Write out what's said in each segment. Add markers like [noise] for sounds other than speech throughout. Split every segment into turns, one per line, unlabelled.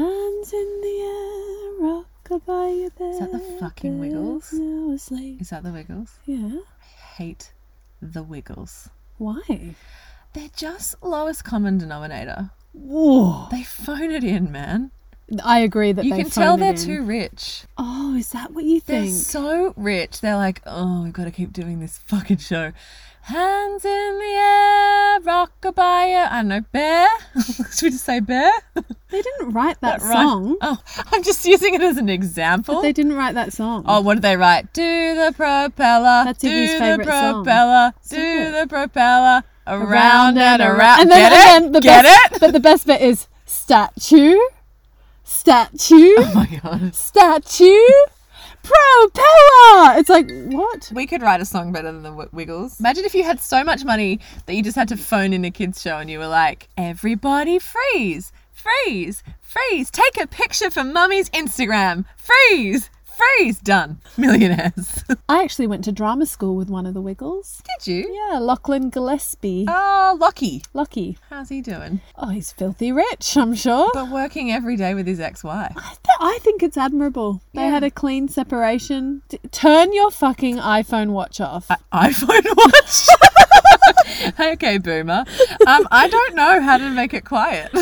hands in the air, rockabye you there.
Is that the fucking Wiggles?
Now asleep.
Is that the Wiggles?
Yeah.
I hate the Wiggles.
Why?
They're just lowest common denominator.
Whoa.
They phone it in, man.
I agree that
You
they
can tell
phone it
they're
in.
too rich.
Oh, is that what you
They're
think?
so rich. They're like, oh, we've got to keep doing this fucking show. Hands in the air, rockabye. I don't know, bear. [laughs] Should we just say bear? [laughs]
They didn't write that,
That rhyme-
song.
Oh, I'm just using it as an example.
They didn't write that song.
Oh, what did they write? Do the propeller,
That's
do
Iggy's
the
favourite song.
propeller,
Sing
do
it.
the propeller, around and around.
And then,
Get
and
it?
then the
Get
best, [laughs]
it?
But the best bit is statue, statue,
Oh my god.
statue, propeller. It's like what?
We could write a song better than the Wi- Wiggles. Imagine if you had so much money that you just had to phone in a kids show and you were like, "Everybody freeze, freeze, freeze! Take a picture for Mummy's Instagram. Freeze, freeze! Done. [laughs] Millionaires. [laughs]
I actually went to drama school with one of the Wiggles.
Did you?
Yeah, Lachlan Gillespie.
Oh, Lockie.
Lucky.
How's he doing?
Oh, he's filthy rich, I'm sure.
But working every day with his ex-wife.
I, th- I think it's admirable. They
Yeah.
had a clean separation. D- turn your fucking iPhone watch off.
iPhone [laughs] watch. [laughs] okay, boomer. Um, I don't know how to make it quiet. [laughs]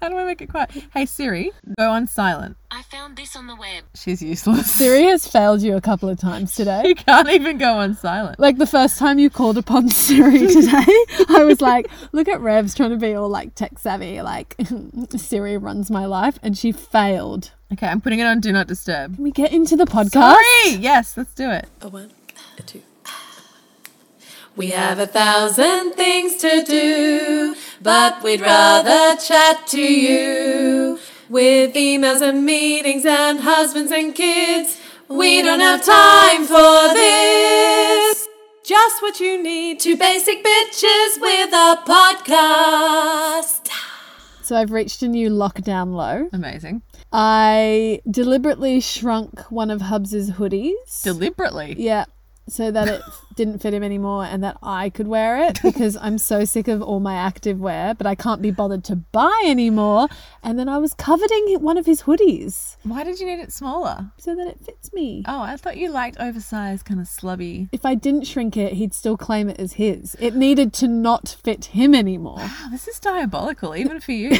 how do I make it quiet? Hey Siri, go on silent.
I found this on the web.
She's useless.
Siri has failed you a couple of times today.
[laughs] You can't even go on silent.
Like the first time you called upon [laughs] Siri today, I was like, look at Revs trying to be all like tech savvy, like [laughs] Siri runs my life, and she failed.
Okay, I'm putting it on do not disturb.
Can we get into the podcast?
Siri, yes, let's do it.
A one, a two. We have a thousand things to do, but we'd rather chat to you. With emails and meetings and husbands and kids, we don't have time for this. Just what you need two basic bitches with a podcast.
So I've reached a new lockdown low.
Amazing.
I deliberately shrunk one of Hubs's hoodies.
Deliberately.
yeah. So that
[laughs]
it didn't fit him anymore and that I could wear it because I'm so sick of all my active wear, but I can't be bothered to buy anymore. And then I was coveting one of his hoodies
Why did you need it smaller?
so that it fits me.
Oh, I thought you liked oversized, kind of slubby.
If I didn't shrink it, he'd still claim it as his. It needed to not fit him anymore. [laughs]
Wow, Oh, this is diabolical, even for [laughs] you.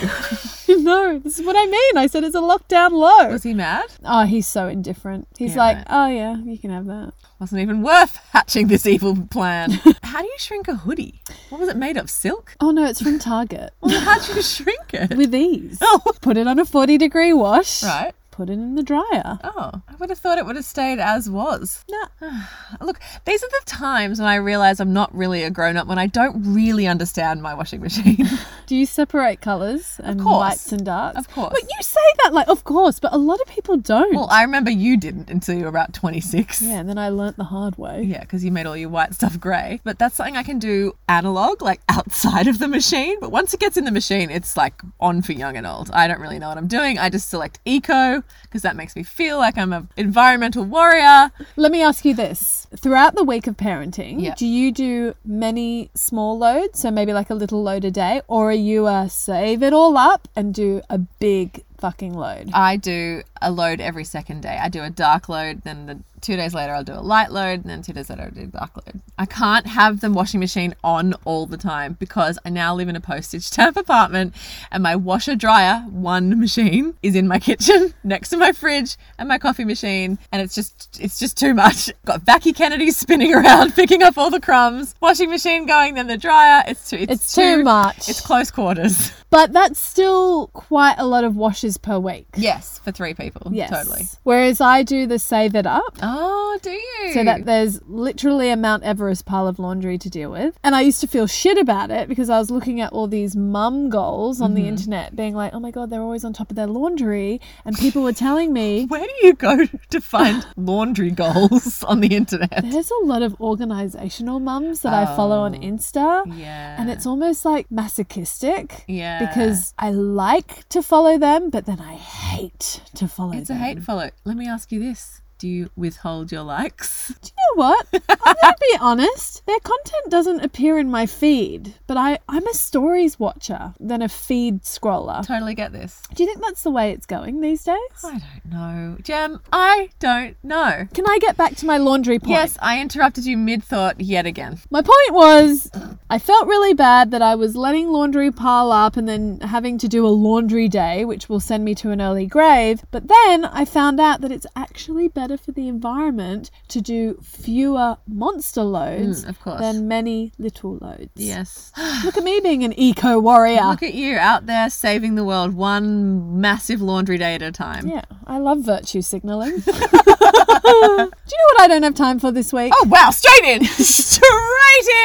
no, this is what I mean. I said it's a lockdown low.
Was he mad?
Oh, he's so indifferent. He's
Yeah,
like,
right.
oh, yeah, you can have that.
Wasn't even worth hatching this evil [laughs] plan. How do you shrink a hoodie? What was it made of? Silk?
Oh, no, it's from Target.
Well, how'd you [laughs] shrink it?
With ease.
oh,
Put it on a 40 degree wash.
right.
Put it in the dryer.
Oh, I would have thought it would have stayed as was.
Nah.
[sighs] Look, these are the times when I realize I'm not really a grown up, when I don't really understand my washing machine.
Do you separate colours and
course.
lights and darks?
Of course.
But you say that like, of course, but a lot of people don't.
well, I remember you didn't until you were about 26.
yeah, and then I learnt the hard way.
Yeah, because you made all your white stuff grey. But that's something I can do analog, like outside of the machine. But once it gets in the machine, it's like on for young and old. I don't really know what I'm doing. I just select eco because that makes me feel like I'm an environmental warrior.
Let me ask you this. Throughout the week of parenting,
Yeah.
do you do many small loads, so maybe like a little load a day, or are you a save it all up and do a big fucking load?
I do a load every second day. I do a dark load, then the two days later I'll do a light load, and then two days later I'll do a dark load. I can't have the washing machine on all the time because I now live in a postage stamp apartment and my washer dryer, one machine, is in my kitchen [laughs] next to my fridge and my coffee machine, and it's just it's just too much. [laughs] Got Vacky Kennedy spinning [laughs] around, picking up all the crumbs, washing machine going, then the dryer. It's too it's,
It's too much.
It's close quarters. [laughs]
But that's still quite a lot of washes per week.
Yes, for three people.
Yes.
Totally.
Whereas I do the save it up.
Oh, do you?
so that there's literally a Mount Everest pile of laundry to deal with. And I used to feel shit about it because I was looking at all these mum goals on
Mm-hmm.
the internet, being like, oh my God, they're always on top of their laundry. And people were telling
[laughs]
me
Where do you go to [laughs] find laundry goals on the internet?
there's a lot of organizational mums that I follow on
Oh,
Insta.
Yeah.
And it's almost like masochistic.
Yeah.
Because I like to follow them, but then I hate to follow
it's a
them.
hate follow. Let me ask you this. do you withhold your [laughs] likes?
Do you know what? I'm gonna be [laughs] honest. Their content doesn't appear in my feed, but I, I'm a stories watcher than a feed scroller.
Totally get this.
Do you think that's the way it's going these days?
I don't know. Jem, I don't know.
Can I get back to my laundry point?
Yes, I interrupted you mid thought yet again.
My point was, I felt really bad that I was letting laundry pile up and then having to do a laundry day, which will send me to an early grave. But then I found out that it's actually better for the environment to do fewer monster loads
Mm, of course.
than many little loads.
[gasps] Yes.
Look at me being an eco warrior.
Look at you out there saving the world one massive laundry day at a time.
Yeah, I love virtue signaling. [laughs] do you know what I don't have time for this week?
Oh wow, straight in. [laughs] straight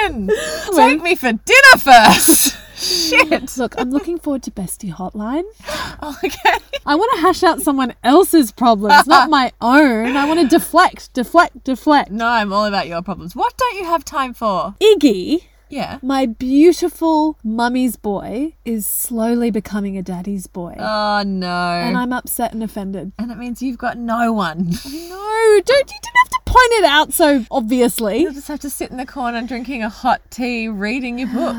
in. Take me for dinner first. [laughs] Shit.
Look, I'm looking forward to Bestie Hotline.
Oh, okay.
I want to hash out someone else's problems, [laughs] not my own. I want to deflect, deflect, deflect.
No, I'm all about your problems. What don't you have time for?
Iggy,
Yeah.
my beautiful mummy's boy, is slowly becoming a daddy's boy.
Oh no.
and
And,
I'm upset and offended.
that means you've got no [laughs] one.
No, don't you didn't have to point it out so obviously.
You'll just have to sit in the corner drinking a hot tea, reading your book.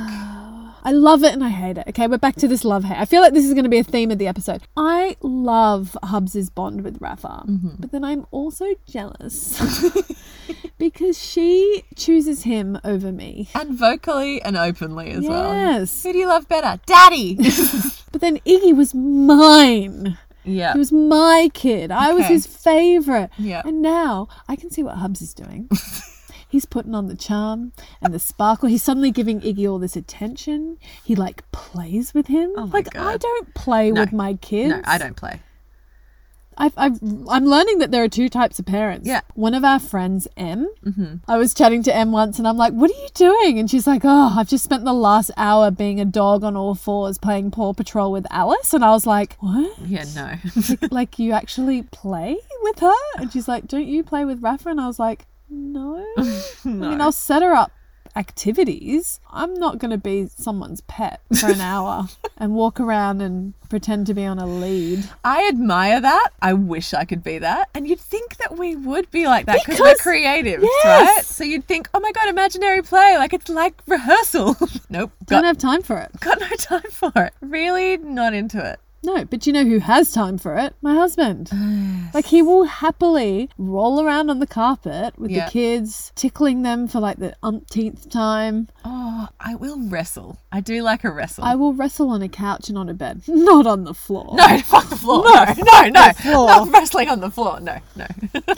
I love it and I hate it. Okay, we're back to this love hate. I feel like this is going to be a theme of the episode. I love Hubs's bond with Rafa, but then I'm also jealous [laughs] because she chooses him over me.
[gasps] and vocally and openly as well.
Yes.
Who do you love better? [laughs] Daddy.
But then Iggy was mine.
yeah.
He was my kid. I was
Okay.
his favorite.
Yeah.
And now I can see what Hubs is
[laughs]
doing. He's putting on the charm and the sparkle. He's suddenly giving Iggy all this attention. He like plays with him.
Oh my
like I
God.
don't play with my kids.
No, I don't play.
I've, I've, I'm learning that there are two types of parents.
Yeah.
One of our friends, M. Mm-hmm. I was chatting to M once and I'm like, what are you doing? And she's like, oh, I've just spent the last hour being a dog on all fours playing Paw Patrol with Alice. And I was like, what?
Yeah, no. [laughs]
like, you actually play with her? And she's like, don't you play with Rafa? And I was like, no. I mean, I'll set her up activities. I'm not going to be someone's pet for an
[laughs]
hour and walk around and pretend to be on a lead.
I admire that. I wish I could be that. And you'd think that we would be like that because we're
Because-
creatives,
Yes.
right? So you'd think, oh my God, imaginary play. Like it's like rehearsal. [laughs] nope.
Don't
Got,
have time for it.
got no time for it. Really not into [sighs] it.
No, but you know who has time for it? My husband. like he will happily roll around on the carpet with
Yeah.
the kids, tickling them for like the umpteenth time.
Oh, I will wrestle. I do like a wrestle.
I will wrestle on a couch and on a bed, [laughs] not on the floor.
[laughs] no, [laughs] fuck the floor. No, no, no.
floor.
Not wrestling on the floor. No, no.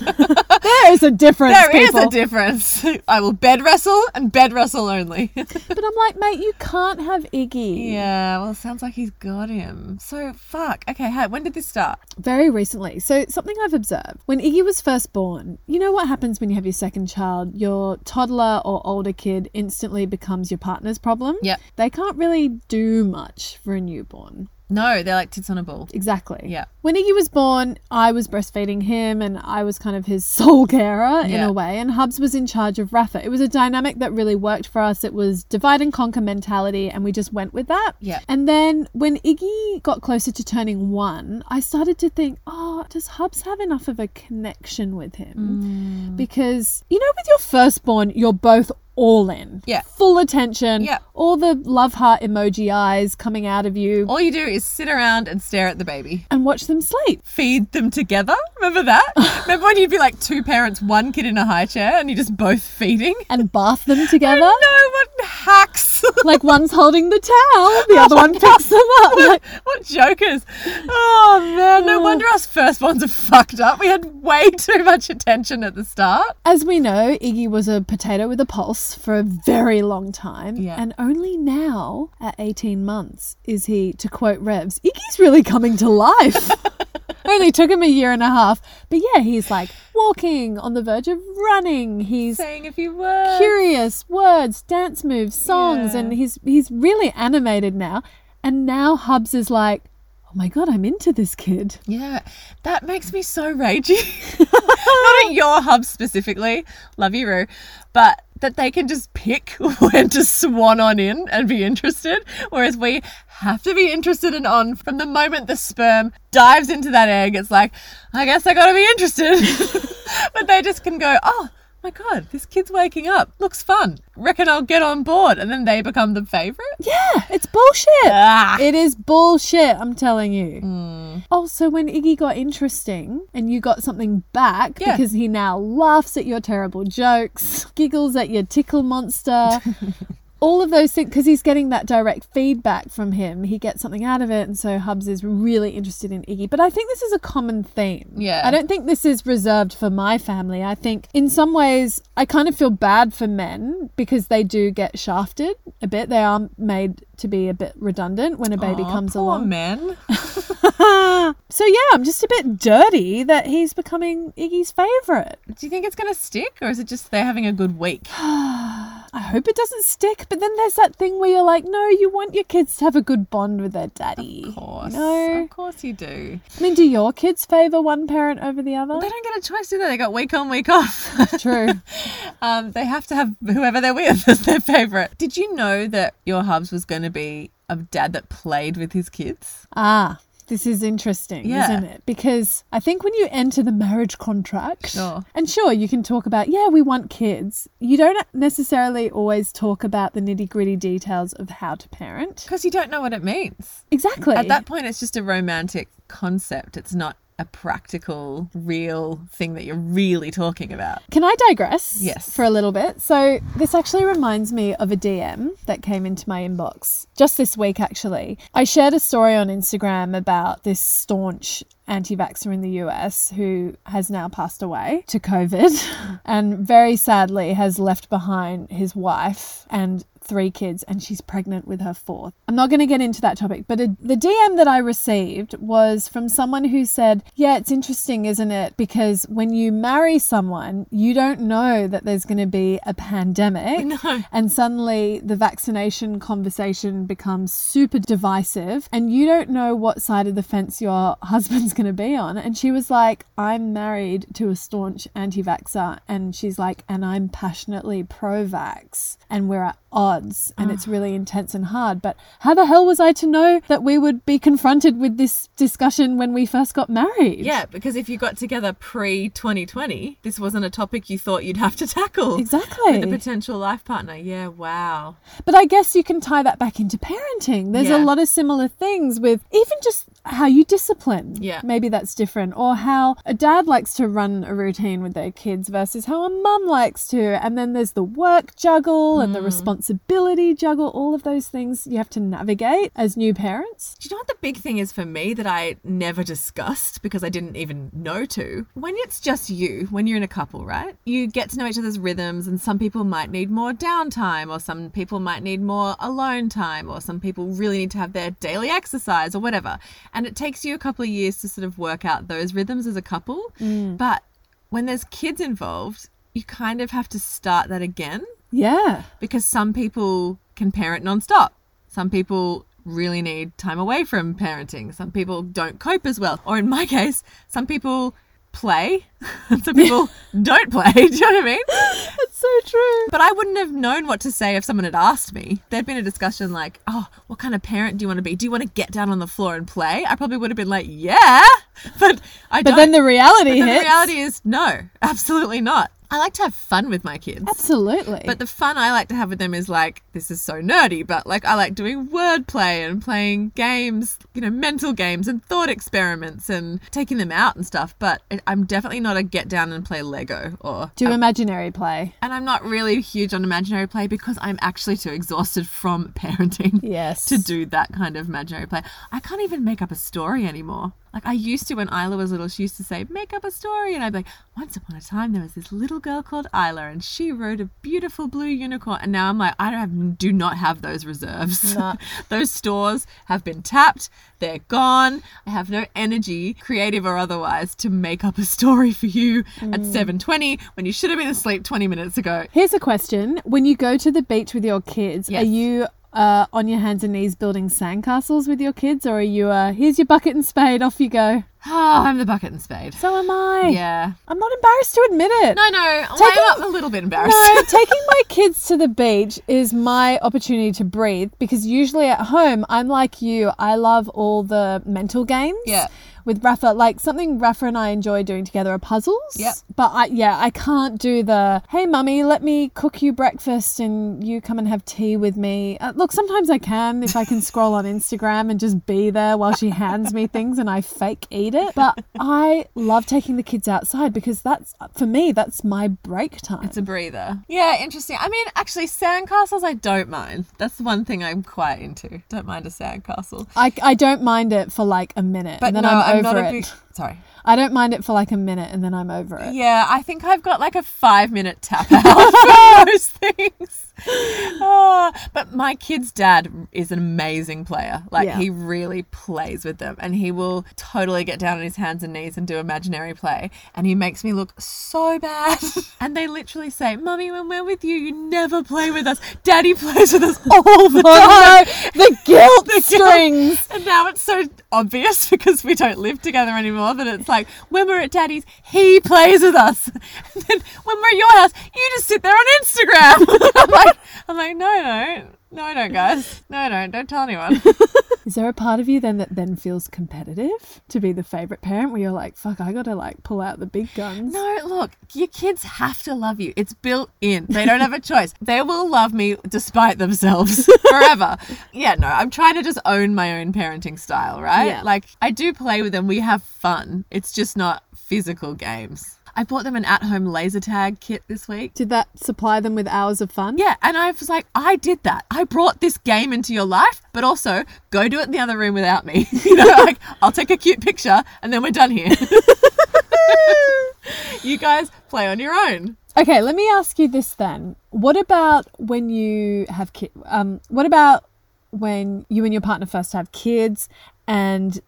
There is a difference,
There is
people.
a difference. [laughs] I will bed wrestle and bed wrestle only. [laughs]
but I'm like, mate, you can't have Iggy.
yeah, well, it sounds like he's got him. So, fuck. Okay, hey, when did this start?
Very recently. So something I've observed when Iggy was first born, you know what happens when you have your second child? Your toddler or older kid instantly becomes your partner's problem.
Yep.
They can't really do much for a newborn.
No, they're like tits on a ball.
Exactly.
Yeah.
When Iggy was born, I was breastfeeding him and I was kind of his [laughs] sole carer in
Yeah.
a way. And Hubs was in charge of Rafa. It was a dynamic that really worked for us. It was divide and conquer mentality, and we just went with that.
Yeah.
And then when Iggy got closer to turning one, I started to think, oh, does Hubs have enough of a connection with him?
Mm.
Because, you know, with your firstborn, you're both all in.
Yeah.
Full attention.
Yeah.
All the love heart emoji eyes coming out of you.
All you do is sit around and stare at the baby.
and watch them sleep.
Feed them together. Remember that? Remember when you'd be like two parents, one kid in a high chair, and you're just both feeding?
and bath them together.
No, what hacks? [laughs]
Like one's holding the towel, the other one picks them up. Like,
what jokers? Oh man, no wonder us first ones are fucked up. We had way too much attention at the start.
as we know, Iggy was a potato with a pulse for a very long time.
Yeah.
And only now, at 18 months, is he, to quote Revs, Iggy's really coming to
[laughs]
life. only took him a year and a half. But yeah, he's like walking, on the verge of running. He's
Saying a few words.
curious words, dance moves, songs,
Yeah.
and he's he's really animated now. And now Hubs is like, oh my god, I'm into this kid.
Yeah, that makes me so ragey. [laughs] Not at your hub specifically, love you, Roo, but that they can just pick [laughs] when to swan on in and be interested, whereas we have to be interested and on from the moment the sperm dives into that egg. It's like, I guess I gotta be interested. [laughs] but they just can go, oh my god, this kid's waking up. Looks fun. Reckon I'll get on board, and then they become the favorite.
Yeah, it's bullshit.
Ah.
It is bullshit, I'm telling you. Also, when Iggy got interesting and you got something back
Yeah.
because he now laughs at your terrible jokes, giggles at your tickle monster, all of those things, because he's getting that direct feedback from him, he gets something out of it. And so Hubs is really interested in Iggy. But I think this is a common theme.
Yeah.
I don't think this is reserved for my family. I think in some ways, I kind of feel bad for men because they do get shafted a bit. They are made to be a bit redundant when a baby
Aw,
comes
poor
along.
men.
[laughs] So yeah, I'm just a bit dirty that he's becoming Iggy's favorite.
Do you think it's gonna stick, or is it just they're having a good [gasps] week?
I hope it doesn't stick, but then there's that thing where you're like, no, you want your kids to have a good bond with their daddy.
Of course,
No.
of course you do.
I mean, do your kids favor one parent over the other?
They don't get a choice, do they? They got week on, week off. [laughs]
True.
um, they have to have whoever they're with as their favorite. Did you know that your Hubs was going to be a dad that played with his kids?
ah, this is interesting,
Yeah.
isn't it? Because I think when you enter the marriage contract,
Sure.
and sure, you can talk about, yeah, we want kids. You don't necessarily always talk about the nitty gritty details of how to parent.
Because you don't know what it means.
Exactly.
At that point, it's just a romantic concept. It's not a practical, real thing that you're really talking about.
Can I digress?
Yes.
For a little bit. So, this actually reminds me of a DM that came into my inbox just this week, actually. I shared a story on Instagram about this staunch anti vaxxer in the US who has now passed away to COVID [laughs] and very sadly has left behind his wife and three kids and she's pregnant with her fourth. I'm not going to get into that topic, but a, the DM that I received was from someone who said, Yeah, it's interesting, isn't it? Because when you marry someone, you don't know that there's going to be a pandemic. And suddenly the vaccination conversation becomes super divisive and you don't know what side of the fence your [laughs] husband's going to be on. And she was like, I'm married to a staunch anti vaxxer. And she's like, and I'm passionately pro vax. And we're at odds and it's really intense and hard. But how the hell was I to know that we would be confronted with this discussion when we first got married?
Yeah, because if you got together pre 2020, this wasn't a topic you thought you'd have to tackle.
Exactly.
With a potential life partner. Yeah, wow.
But I guess you can tie that back into parenting. There's a
Yeah.
lot of similar things with even just how you discipline.
Yeah.
Maybe that's different. Or how a dad likes to run a routine with their kids versus how a mum likes to. And then there's the work juggle and the responsibility juggle, all of those things you have to navigate as new parents.
Do you know what the big thing is for me that I never discussed because I didn't even know to? When it's just you, when you're in a couple, right? You get to know each other's rhythms, and some people might need more downtime, or some people might need more alone time, or some people really need to have their daily exercise, or whatever. And it takes you a couple of years to sort of work out those rhythms as a couple. But when there's kids involved, you kind of have to start that again
Yeah.
because some people can parent nonstop. Some people really need time away from parenting. Some people don't cope as well. Or in my [laughs] case, some people play [laughs] and some people
[laughs]
don't play. [laughs] Do you know what I mean?
That's so true.
But I wouldn't have known what to say if someone had asked me. There'd been a discussion like, oh, what kind of parent do you want to be? Do you want to get down on the floor and play? I probably would have been like, yeah. [laughs] But I
But
don't.
then the reality
But then
hits.
the reality is, no, [laughs] absolutely not. I like to have fun with my kids.
Absolutely.
But the fun I like to have with them is like, this is so nerdy, but like I like doing wordplay and playing games, you know, mental games and thought experiments and taking them out and stuff. But I- I'm definitely not a get down and play Lego or.
Do imaginary play.
And I'm not really huge on imaginary play because I'm actually too exhausted from [laughs] parenting
Yes.
to do that kind of imaginary play. I can't even make up a story anymore. Like I used to when Isla was little, she used to say, "Make up a story," and I'd be like, "Once upon a time, there was this little girl called Isla, and she rode a beautiful blue unicorn." And now I'm like, I don't have, do not have those reserves.
No.
[laughs] those stores have been tapped. They're gone. I have no energy, creative or otherwise, to make up a story for you at
Hmm.
7:20 when you should have been asleep 20 minutes ago. [sighs]
Here's a question: When you go to the beach with your kids,
Yes.
are you uh, on your hands and knees building sandcastles with your kids, or are you uh, here's your bucket and spade, off you go?
Oh, I'm the bucket and spade.
So am I.
Yeah.
I'm not embarrassed to admit it.
No, no.
Take
well,
a-
I'm a little bit embarrassed.
No, taking my kids to the beach is my opportunity to breathe because usually at home, I'm like you, I love all the mental games.
Yeah.
With Rafa, like something Rafa and I enjoy doing together are puzzles.
Yep.
But I, yeah, I can't do the, hey, mummy, let me cook you breakfast and you come and have tea with me. Uh, look, sometimes I can if I can scroll on Instagram and just be there while she hands me things and I fake eat it. But I love taking the kids outside because that's, for me, that's my break time.
It's a breather. Yeah, interesting. I mean, actually, sandcastles I don't mind. That's the one thing I'm quite into. Don't mind a sandcastle.
I, I don't mind it for like a minute
But
and then
no,
I'm,
I'm,
over
not a
it.
big. Sorry.
I don't mind it for like a minute and then I'm over it.
Yeah, I think I've got like a five minute tap out [laughs] for those things. Ah, but my kid's dad is an amazing player. Like,
Yeah.
he really plays with them and he will totally get down on his hands and knees and do imaginary play. And he makes me look so bad. [laughs] and they literally say, Mummy, when we're with you, you never play with us. Daddy [laughs] plays with us
[laughs]
all the
[laughs] Oh
time. [laughs]
no, the guilt
The guilt.
strings.
[laughs] And now it's so obvious [laughs] because we don't live together anymore that it's like when we're at daddy's, he plays with us. [laughs] And then when we're at your house, you just sit there on Instagram. [laughs] I'm like, I'm like, no, no, no, no, guys, no, no, don't tell anyone.
Is there a part of you then that then feels competitive to be the favorite parent where you're like, fuck, I gotta like pull out the big guns?
No, look, your kids have to love you. It's built in. They don't have a [laughs] choice. They will love me despite themselves forever. yeah, no, I'm trying to just own my own parenting style, right?
Yeah.
Like, I do play with them. We have fun. It's just not physical games. I bought them an at home laser tag kit this week.
Did that supply them with hours of fun?
Yeah, and I was like, I did that. I brought this game into your life, but also go do it in the other room without me. [laughs] you know, like I'll take a cute picture and then we're done here. you guys play on your own.
Okay, let me ask you this then. What about when you have kids? Um, what about when you and your partner first have kids and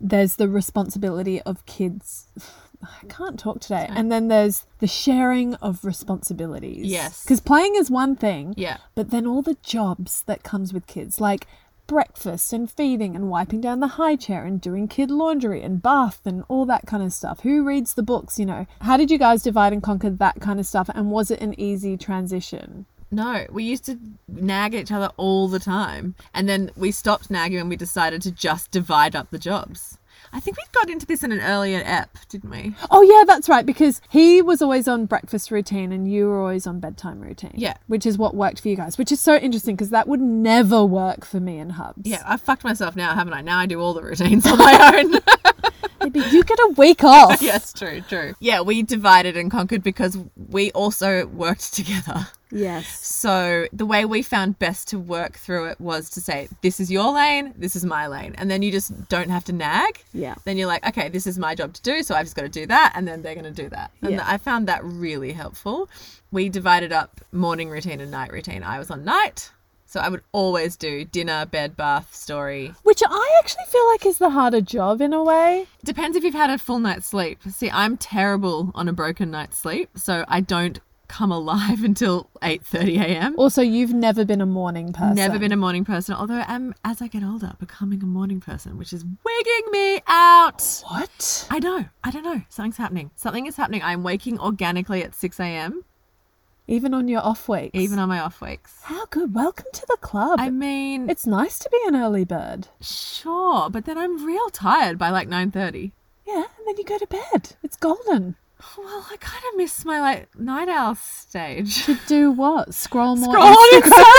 there's the responsibility of kids? [sighs] I can't talk today. And then there's the sharing of responsibilities.
Yes.
Because playing is one thing.
Yeah.
But then all the jobs that comes with kids, like breakfast and feeding and wiping down the high chair and doing kid laundry and bath and all that kind of stuff. Who reads the books, you know? How did you guys divide and conquer that kind of stuff and was it an easy transition?
No, we used to nag at each other all the time. And then we stopped nagging and we decided to just divide up the jobs. I think we got into this in an earlier ep, didn't we?
Oh yeah, that's right because he was always on breakfast routine and you were always on bedtime routine.
Yeah.
Which is what worked for you guys, which is so interesting because that would never work for me and Hubs.
Yeah, I fucked myself now, haven't I? Now I do all the routines on my [laughs] own.
Maybe you get a week off.
[laughs] yes, true, true. Yeah, we divided and conquered because we also worked together.
Yes.
So the way we found best to work through it was to say, this is your lane, this is my lane. And then you just don't have to nag.
Yeah.
Then you're like, okay, this is my job to do, so I've just got to do that, and then they're going to do that. And
Yeah.
I found that really helpful. We divided up morning routine and night routine. I was on night, so I would always do dinner, bed, bath, story.
Which I actually feel like is the harder job in a way.
Depends if you've had a full night's sleep. See, I'm terrible on a broken night's sleep, so I don't come alive [laughs] until 8:30 a.m.
Also, you've never been a morning person.
Never been a morning person, although I'm as I get older becoming a morning person, which is wigging me out.
What?
I know. I don't know. Something's happening. Something is happening. I'm waking organically at 6 a.m.,
Even on your off weeks.
even on my off weeks.
How good. Welcome to the club.
I mean,
It's nice to be an early bird.
sure, but then I'm real tired by like 9:30.
Yeah, and then you go to bed. It's golden.
Well, I kind of miss my like night owl stage. [laughs]
To do what? Scroll more.
Scroll on [laughs] Instagram.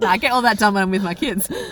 nah, I get all that done when I'm with my kids.
[laughs]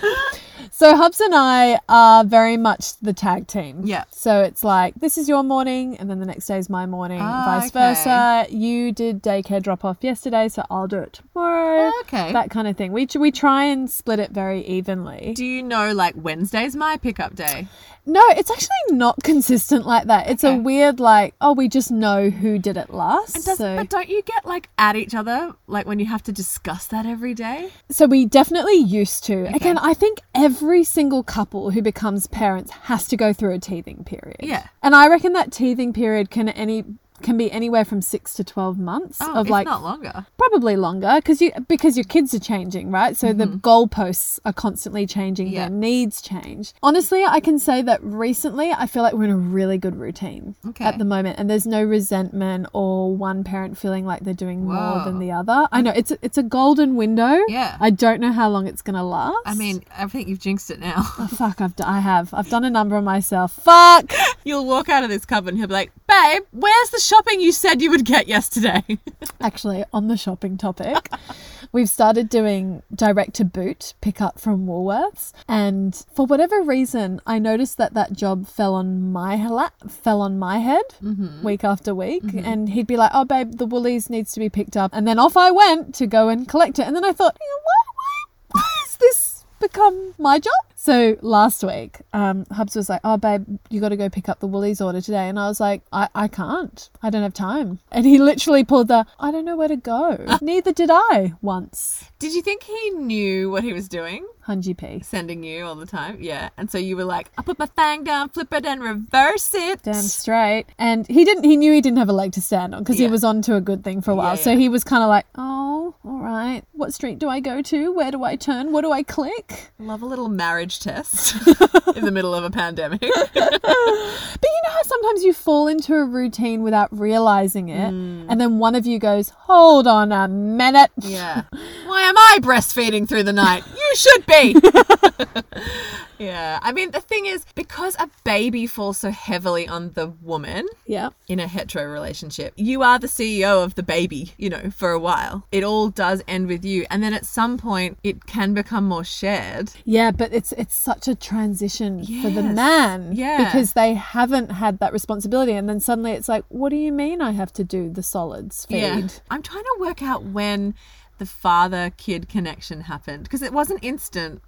So Hubs and I are very much the tag team.
Yeah.
So it's like this is your morning, and then the next day is my morning,
Ah,
vice versa. You did daycare drop off yesterday, so I'll do it tomorrow.
Okay.
That kind of thing. We we try and split it very evenly.
Do you know like Wednesday's my pickup day?
No, it's actually not [laughs] consistent like that. It's a
Okay.
weird like, oh, we just know who did it last.
And does,
so,
But don't you get like at each other like when you have to discuss that every day?
so we definitely used to. Again, I think every single couple who becomes parents has to go through a teething period.
Yeah.
And I reckon that teething period can any can be anywhere from six to twelve months
Oh,
of
if
like
not longer.
probably longer because you because your kids are changing right so the goalposts are constantly changing
Mm-hmm. Yeah.
their needs change honestly i can say that recently i feel like we're in a really good routine
Okay.
at the moment and there's no resentment or one parent feeling like they're doing more than
Whoa.
the other i know it's a, it's a golden window
Yeah.
i don't know how long it's gonna last
I mean, I think you've jinxed it now. [laughs]
Oh, fuck, I've d- I have. I've done a number on myself. Fuck!
You'll walk out of this cupboard and he'll be like, Babe, where's the shopping you said you would get yesterday? [laughs]
Actually, on the shopping topic, we've started doing direct to boot pickup from Woolworths, and for whatever reason, I noticed that that job fell on my lap, fell on my head week after week, and he'd be like, "Oh, babe, the Woolies needs to be picked up," and then off I went to go and collect it, and then I thought, "Hang on, why, why, why has this become my job?" So last week, um, Hubs was like, "Oh, babe, you got to go pick up the Woolies order today," and I was like, I, "I can't. I don't have time." And he literally pulled the, "I don't know where to go."
[laughs]
Neither did I once.
Did you think he knew what he was doing?
Hunji P.
Sending you all the time? Yeah. And so you were like, I'll put my thing down, flip it, and reverse it.
Damn straight. And he didn't. He knew he didn't have a leg to stand on because
Yeah.
he was on to a good thing for a while.
Yeah,
So
yeah.
he was kind of like, "Oh, all right. What street do I go to? Where do I turn? What do I click?"
Love a little marriage test in the middle of a pandemic.
But you know how sometimes you fall into a routine without realizing it,
Mm.
and then one of you goes, "Hold on a minute."
yeah. Why am I breastfeeding through the night? You should be. yeah. I mean, the thing is, because a baby falls so heavily on the woman,
Yeah.
in a hetero relationship. You are the CEO of the baby, you know, for a while. It all does end with you. And then at some point, it can become more shared.
Yeah, but it's it's such a transition for the
Yes.
man.
Yeah.
Because they haven't had that responsibility and then suddenly it's like, What do you mean I have to do the solids feed?
I'm trying to work out when the father kid connection happened because it wasn't instant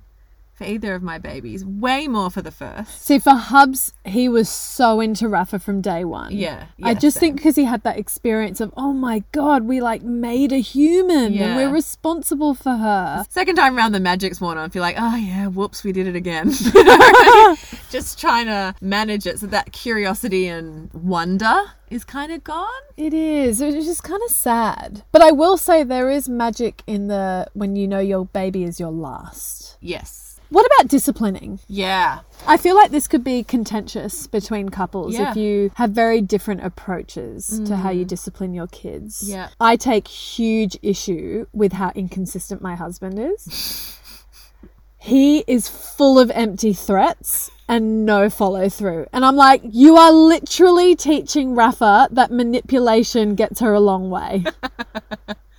for either of my babies, way more for the first.
See, for Hubs, he was so into Rafa from day one.
Yeah,
I
yeah,
just
same.
think because he had that experience of, oh my God, we like made a human and
Yeah.
we're responsible for her.
Second time round, the magic's worn off. You're like, oh yeah, whoops, we did
[laughs]
it again. [laughs] Just trying to manage it so that curiosity and wonder is kind of gone.
It is. It's just kind of sad. But I will say there is magic in the when you know your baby is your last.
Yes.
What about disciplining?
Yeah.
I feel like this could be contentious between couples
Yeah. Mm.
if you have very different approaches to how you discipline your kids.
Yeah.
I take huge issue with how inconsistent my husband is.
[laughs]
he is full of empty threats and no follow through. And I'm like, you are literally teaching Rafa that manipulation gets her a long way.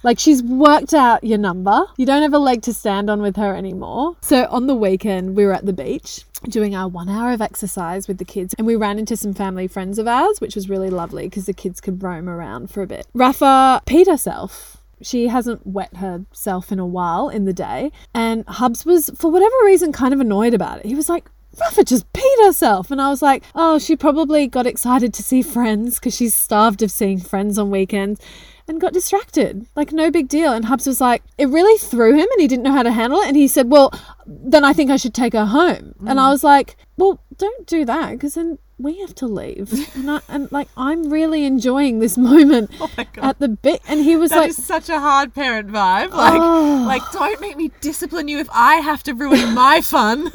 Like she's worked out your number. You don't have a leg to stand on with her anymore. So on the weekend, we were at the beach doing our one hour of exercise with the kids, and we ran into some family friends of ours, which was really lovely because the kids could roam around for a bit. Rafa peed herself. She hasn't wet herself in a while in the day. And Hubs was, for whatever reason, kind of annoyed about it. He was like, Rafa just peed herself. And I was like, oh, she probably got excited to see friends because she's starved of seeing friends on weekends and got distracted. Like, no big deal. And Hubs was like, it really threw him and he didn't know how to handle it. And he said, well, then I think I should take her home. And
Mm.
I was like, well, don't do that because then we have to leave.
[laughs]
And, I, and like, I'm really enjoying this [laughs] moment at the bit. And he was
Oh That
like, Oh.
is such a hard parent vibe. Like, like don't make me discipline you if I have to ruin my fun.
[laughs]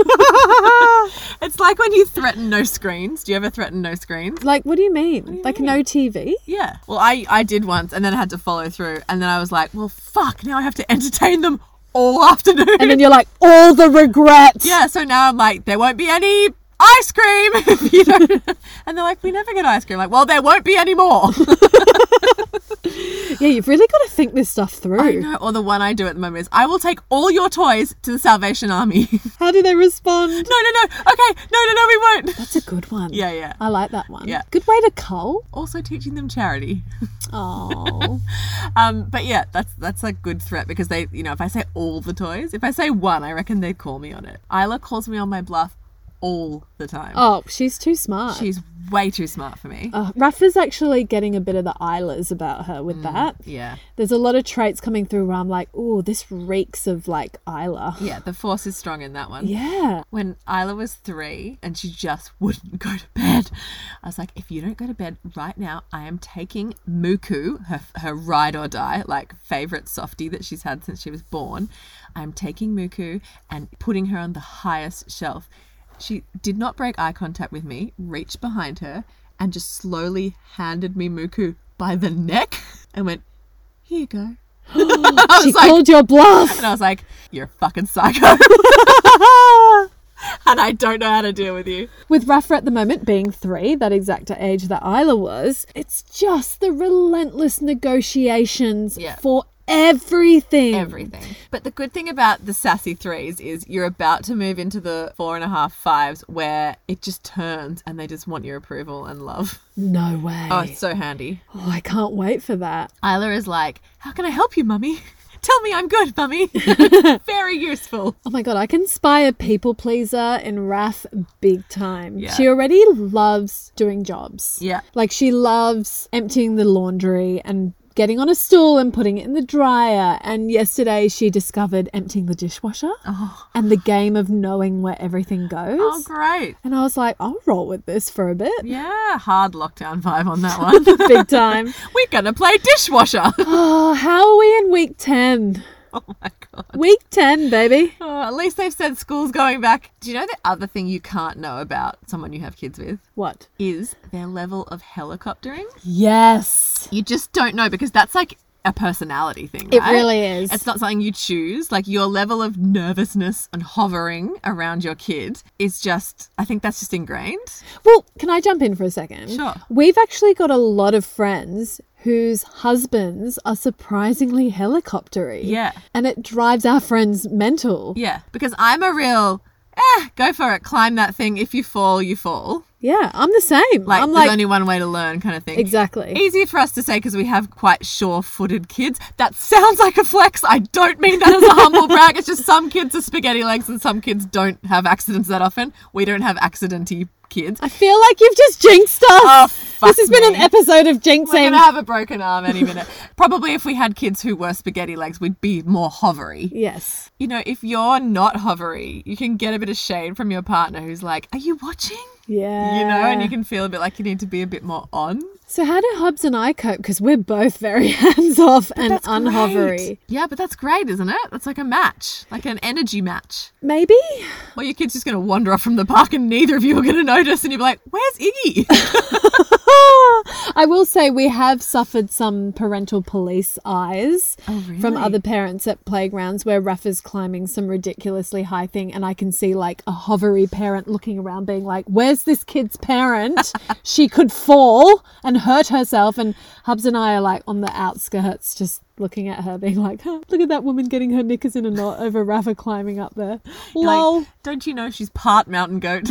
it's like when you threaten no screens. Do you ever threaten no screens?
like, what do you mean? like, no TV?
Yeah. Well, I I did once, and then I had to follow through, and then I was like, well, fuck. Now I have to entertain them all afternoon.
And then you're like, all the regrets.
[laughs] yeah. So now I'm like, there won't be any. Ice cream, [laughs] if you don't- and they're like, we never get ice cream. Like, well, there won't be any more. [laughs]
Yeah, you've really got to think this stuff through.
I know. Or the one I do at the moment is, I will take all your toys to the Salvation Army. [laughs]
How do they respond?
no, no, no. Okay, no, no, no, we won't.
[gasps] That's a good one.
Yeah, yeah.
I like that one.
Yeah.
Good way to cull.
Also teaching them charity. [laughs]
Oh.
Um, but yeah, that's that's a good threat because they, you know, if I say all the toys, if I say one, I reckon they'd call me on it. Isla calls me on my bluff all the time.
Oh, she's too smart.
She's way too smart for me.
Uh, Rafa's actually getting a bit of the eyelers about her
Mm.
with that.
Yeah.
There's a lot of traits coming through where I'm like, oh, this reeks of like Isla.
Yeah, the force is strong in that one.
Yeah.
When Isla was three and she just wouldn't go to bed, I was like, if you don't go to bed right now, I am taking Muku, her, her ride or die, like favorite softie that she's had since she was born. I'm taking Muku and putting her on the highest shelf. She did not break eye contact with me, reached behind her, and just slowly handed me Muku by the neck [laughs] and went, Here you go. [laughs] I
She
was like,
called your bluff.
and I was like, You're a fucking psycho. [laughs] and I don't know how to deal with you.
With Rafa at the moment being three, that exact age that Isla was, it's just the relentless negotiations
Yeah.
for everything.
Everything. But the good thing about the sassy threes is you're about to move into the four and a half fives where it just turns and they just want your approval and love.
No way.
Oh, it's so handy.
oh, I can't wait for that.
Isla is like, How can I help you, mummy? [laughs] Tell me I'm good, [laughs] mummy. Very useful.
Oh my god, I can spy a people pleaser in Raph big time.
Yeah.
She already loves doing jobs.
Yeah.
Like she loves emptying the laundry and getting on a stool and putting it in the dryer. And yesterday she discovered emptying the dishwasher
Oh,
and the game of knowing where everything goes.
oh great.
and I was like, I'll roll with this for a bit. [laughs]
Yeah, hard lockdown vibe on that one. [laughs]
Big time.
We're going to play dishwasher. [laughs]
Oh, how are we in week 10?
oh my God.
Week 10, baby.
Oh, at least they've said school's going back. Do you know the other thing you can't know about someone you have kids with
What?
is their level of helicoptering?
Yes.
You just don't know because that's like a personality thing.
It
right?
really is.
It's not something you choose. Like your level of nervousness and hovering around your kid is just, I think that's just ingrained.
Well, can I jump in for a second?
Sure.
We've actually got a lot of friends whose husbands are surprisingly helicoptery.
Yeah.
And it drives our friends mental.
Yeah. Because I'm a real, eh, go for it, climb that thing. If you fall, you fall.
Yeah, I'm the same.
Like,
I'm
there's
like,
only one way to learn kind of thing.
exactly.
Easier for us to say because we have quite sure footed kids. That sounds like a flex. I don't mean that as
[laughs]
a humble brag. It's just some kids are spaghetti legs and some kids don't have accidents that often. We don't have accidenty kids.
I feel like you've just jinxed us.
Oh, fuck
this has been an
me.
episode of
We're
jinxing.
gonna have a broken arm any
[laughs]
minute. Probably if we had kids who were spaghetti legs, we'd be more hovery.
yes.
You know, if you're not hovery, you can get a bit of shade from your partner who's like, Are you watching?
Yeah.
You know, and you can feel a bit like you need to be a bit more on.
So how do Hobbs and I cope? Because we're both very [laughs] hands off and
That's
unhovery.
great. Yeah, but that's great, isn't it? That's like a match, like an energy match.
Maybe.
Well, your kid's just going to wander off from the park and neither of you are going to notice and you'll be like, where's Iggy? [laughs]
[laughs] I will say we have suffered some parental police eyes
Oh, really?
from other parents at playgrounds where Rafa's climbing some ridiculously high thing, and I can see like a hovery parent looking around, being like, "Where's this kid's
[laughs]
parent? she could fall and hurt herself." And Hubs and I are like on the outskirts, just looking at her, being like, "Huh, "Look at that woman getting her knickers in a knot over Rafa climbing up there."
You're like,
Lol.
Don't you know she's part mountain goat?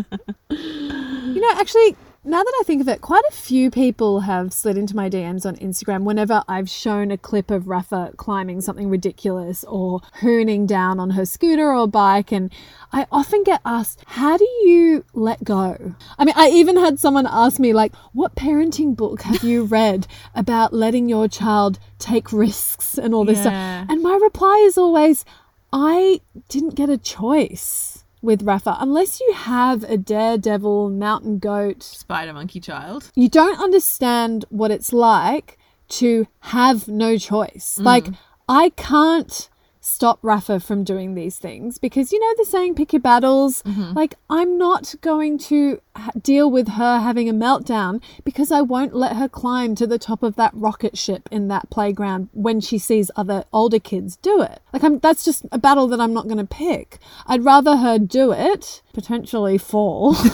[laughs]
You know, actually, now that I think of it, quite a few people have slid into my DMs on Instagram whenever I've shown a clip of Rafa climbing something ridiculous or hooning down on her scooter or bike. And I often get asked, How do you let go? I mean, I even had someone ask me, like, What parenting book have you read about letting your child take risks and all this
Yeah.
stuff? And my reply is always, I didn't get a choice with Rafa. Unless you have a daredevil mountain goat,
Spider monkey child.
you don't understand what it's like to have no choice. Like, I can't stop Rafa from doing these things because you know the saying pick your battles like I'm not going to ha- deal with her having a meltdown because I won't let her climb to the top of that rocket ship in that playground when she sees other older kids do it like I'm that's just a battle that I'm not going to pick I'd rather her do it potentially fall [laughs]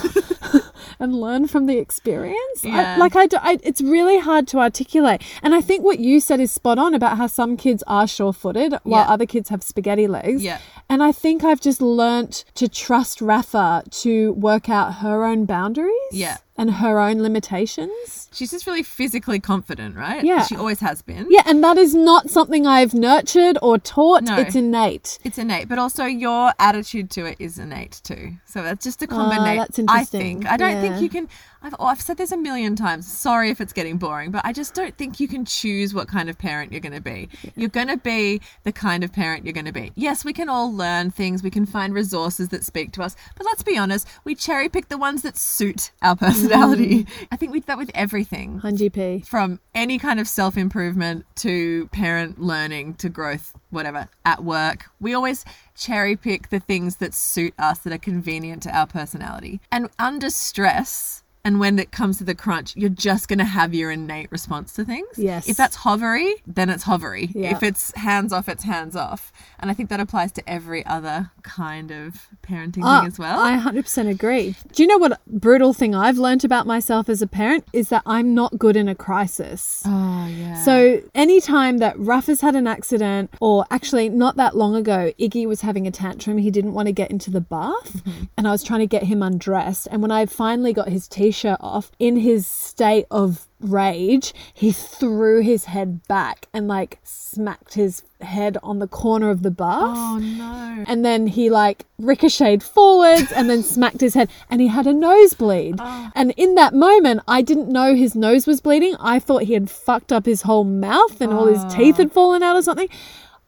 and learn from the experience I-
Yeah.
like I, do, I it's really hard to articulate and I think what you said is spot on about how some kids are sure-footed while
Yeah.
other kids have spaghetti legs
Yeah.
and I think I've just learnt to trust Rafa to work out her own boundaries
Yeah.
and her own limitations.
She's just really physically confident, right?
Yeah.
She always has been.
Yeah, and that is not something I've nurtured or taught.
No.
It's innate.
It's innate, but also your attitude to it is innate too. So that's just a combination.
Ah, that's
I
interesting.
think I don't
Yeah.
think you can. I've oh, I've said this a million times. Sorry if it's getting boring, but I just don't think you can choose what kind of parent you're going to be. You're going to be the kind of parent you're going to be. Yes, we can all learn things. We can find resources that speak to us. But let's be honest, we cherry pick the ones that suit our [laughs] personality.
Mm.
I think we do that with everything.
100p.
from any kind of self improvement to parent learning to growth, whatever, at work. We always cherry pick the things that suit us, that are convenient to our personality. And under stress, and when it comes to the crunch, you're just going to have your innate response to things.
Yes.
If that's hovery, then it's hovery.
Yeah.
If it's hands off, it's hands off. And I think that applies to every other kind of parenting
Oh,
thing as well.
I 100% agree. Do you know what brutal thing I've learnt about myself as a parent is that I'm not good in a crisis.
oh, yeah.
So, anytime that Ruff has had an accident, or actually not that long ago, Iggy was having a tantrum. He didn't want to get into the bath,
Mm-hmm.
and I was trying to get him undressed. And when I finally got his t shirt off, in his state of rage, he threw his head back and like smacked his head on the corner of the bath
oh, no.
and then he like ricocheted forwards and then smacked his head and he had a nosebleed and in that moment i didn't know his nose was bleeding i thought he had fucked up his whole mouth and all his teeth had fallen out or something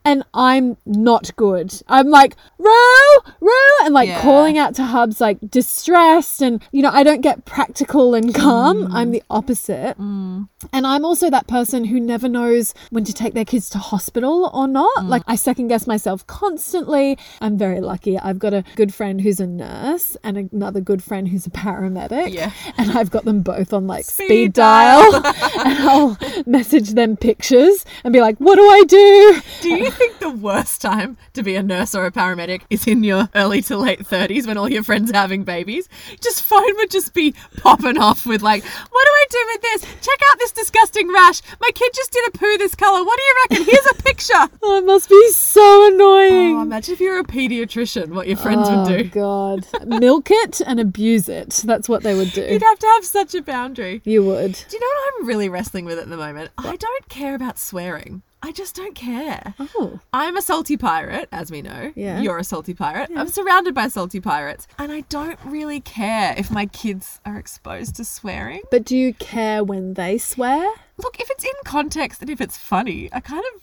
and I'm not good. I'm like, row, row, and like
Yeah.
calling out to hubs, like distressed. And, you know, I don't get practical and calm. I'm the opposite. And I'm also that person who never knows when to take their kids to hospital or not.
Mm.
Like, I second guess myself constantly. I'm very lucky. I've got a good friend who's a nurse and another good friend who's a paramedic.
Yeah.
And I've got them both on like speed,
Speed
dial. [laughs] and I'll message them pictures and be like, what do I do?
Do you think the worst time to be a nurse or a paramedic is in your early to late 30s when all your friends are having babies? Just phone would just be popping off with like, what do I do with this? Check out this disgusting rash. My kid just did a poo this color. What do you reckon? Here's a [laughs] picture.
Oh, it must be so annoying. Oh,
Oh, imagine if you were a pediatrician, what your friends would do.
God. Milk it and abuse it. That's what they would do.
[laughs] You'd have to have such a boundary.
You would.
Do you know what I'm really wrestling with at the moment? I don't care about swearing. I just don't care.
Oh.
I'm a salty pirate, as we know.
Yeah.
You're a salty pirate. I'm surrounded by salty pirates. And I don't really care if my kids are exposed to swearing.
But do you care when they swear?
Look, if it's in context and if it's funny, I kind of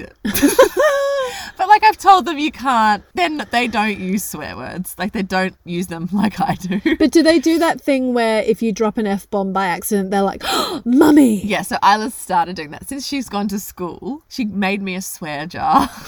[laughs]
it. [laughs] but like I've told them you can't then they don't use swear words. Like they don't use them like I do.
But do they do that thing where if you drop an F bomb by accident, they're like, "Oh, mummy?
Yeah, so Isla's started doing that. Since she's gone to school, she made me a swear jar. [laughs]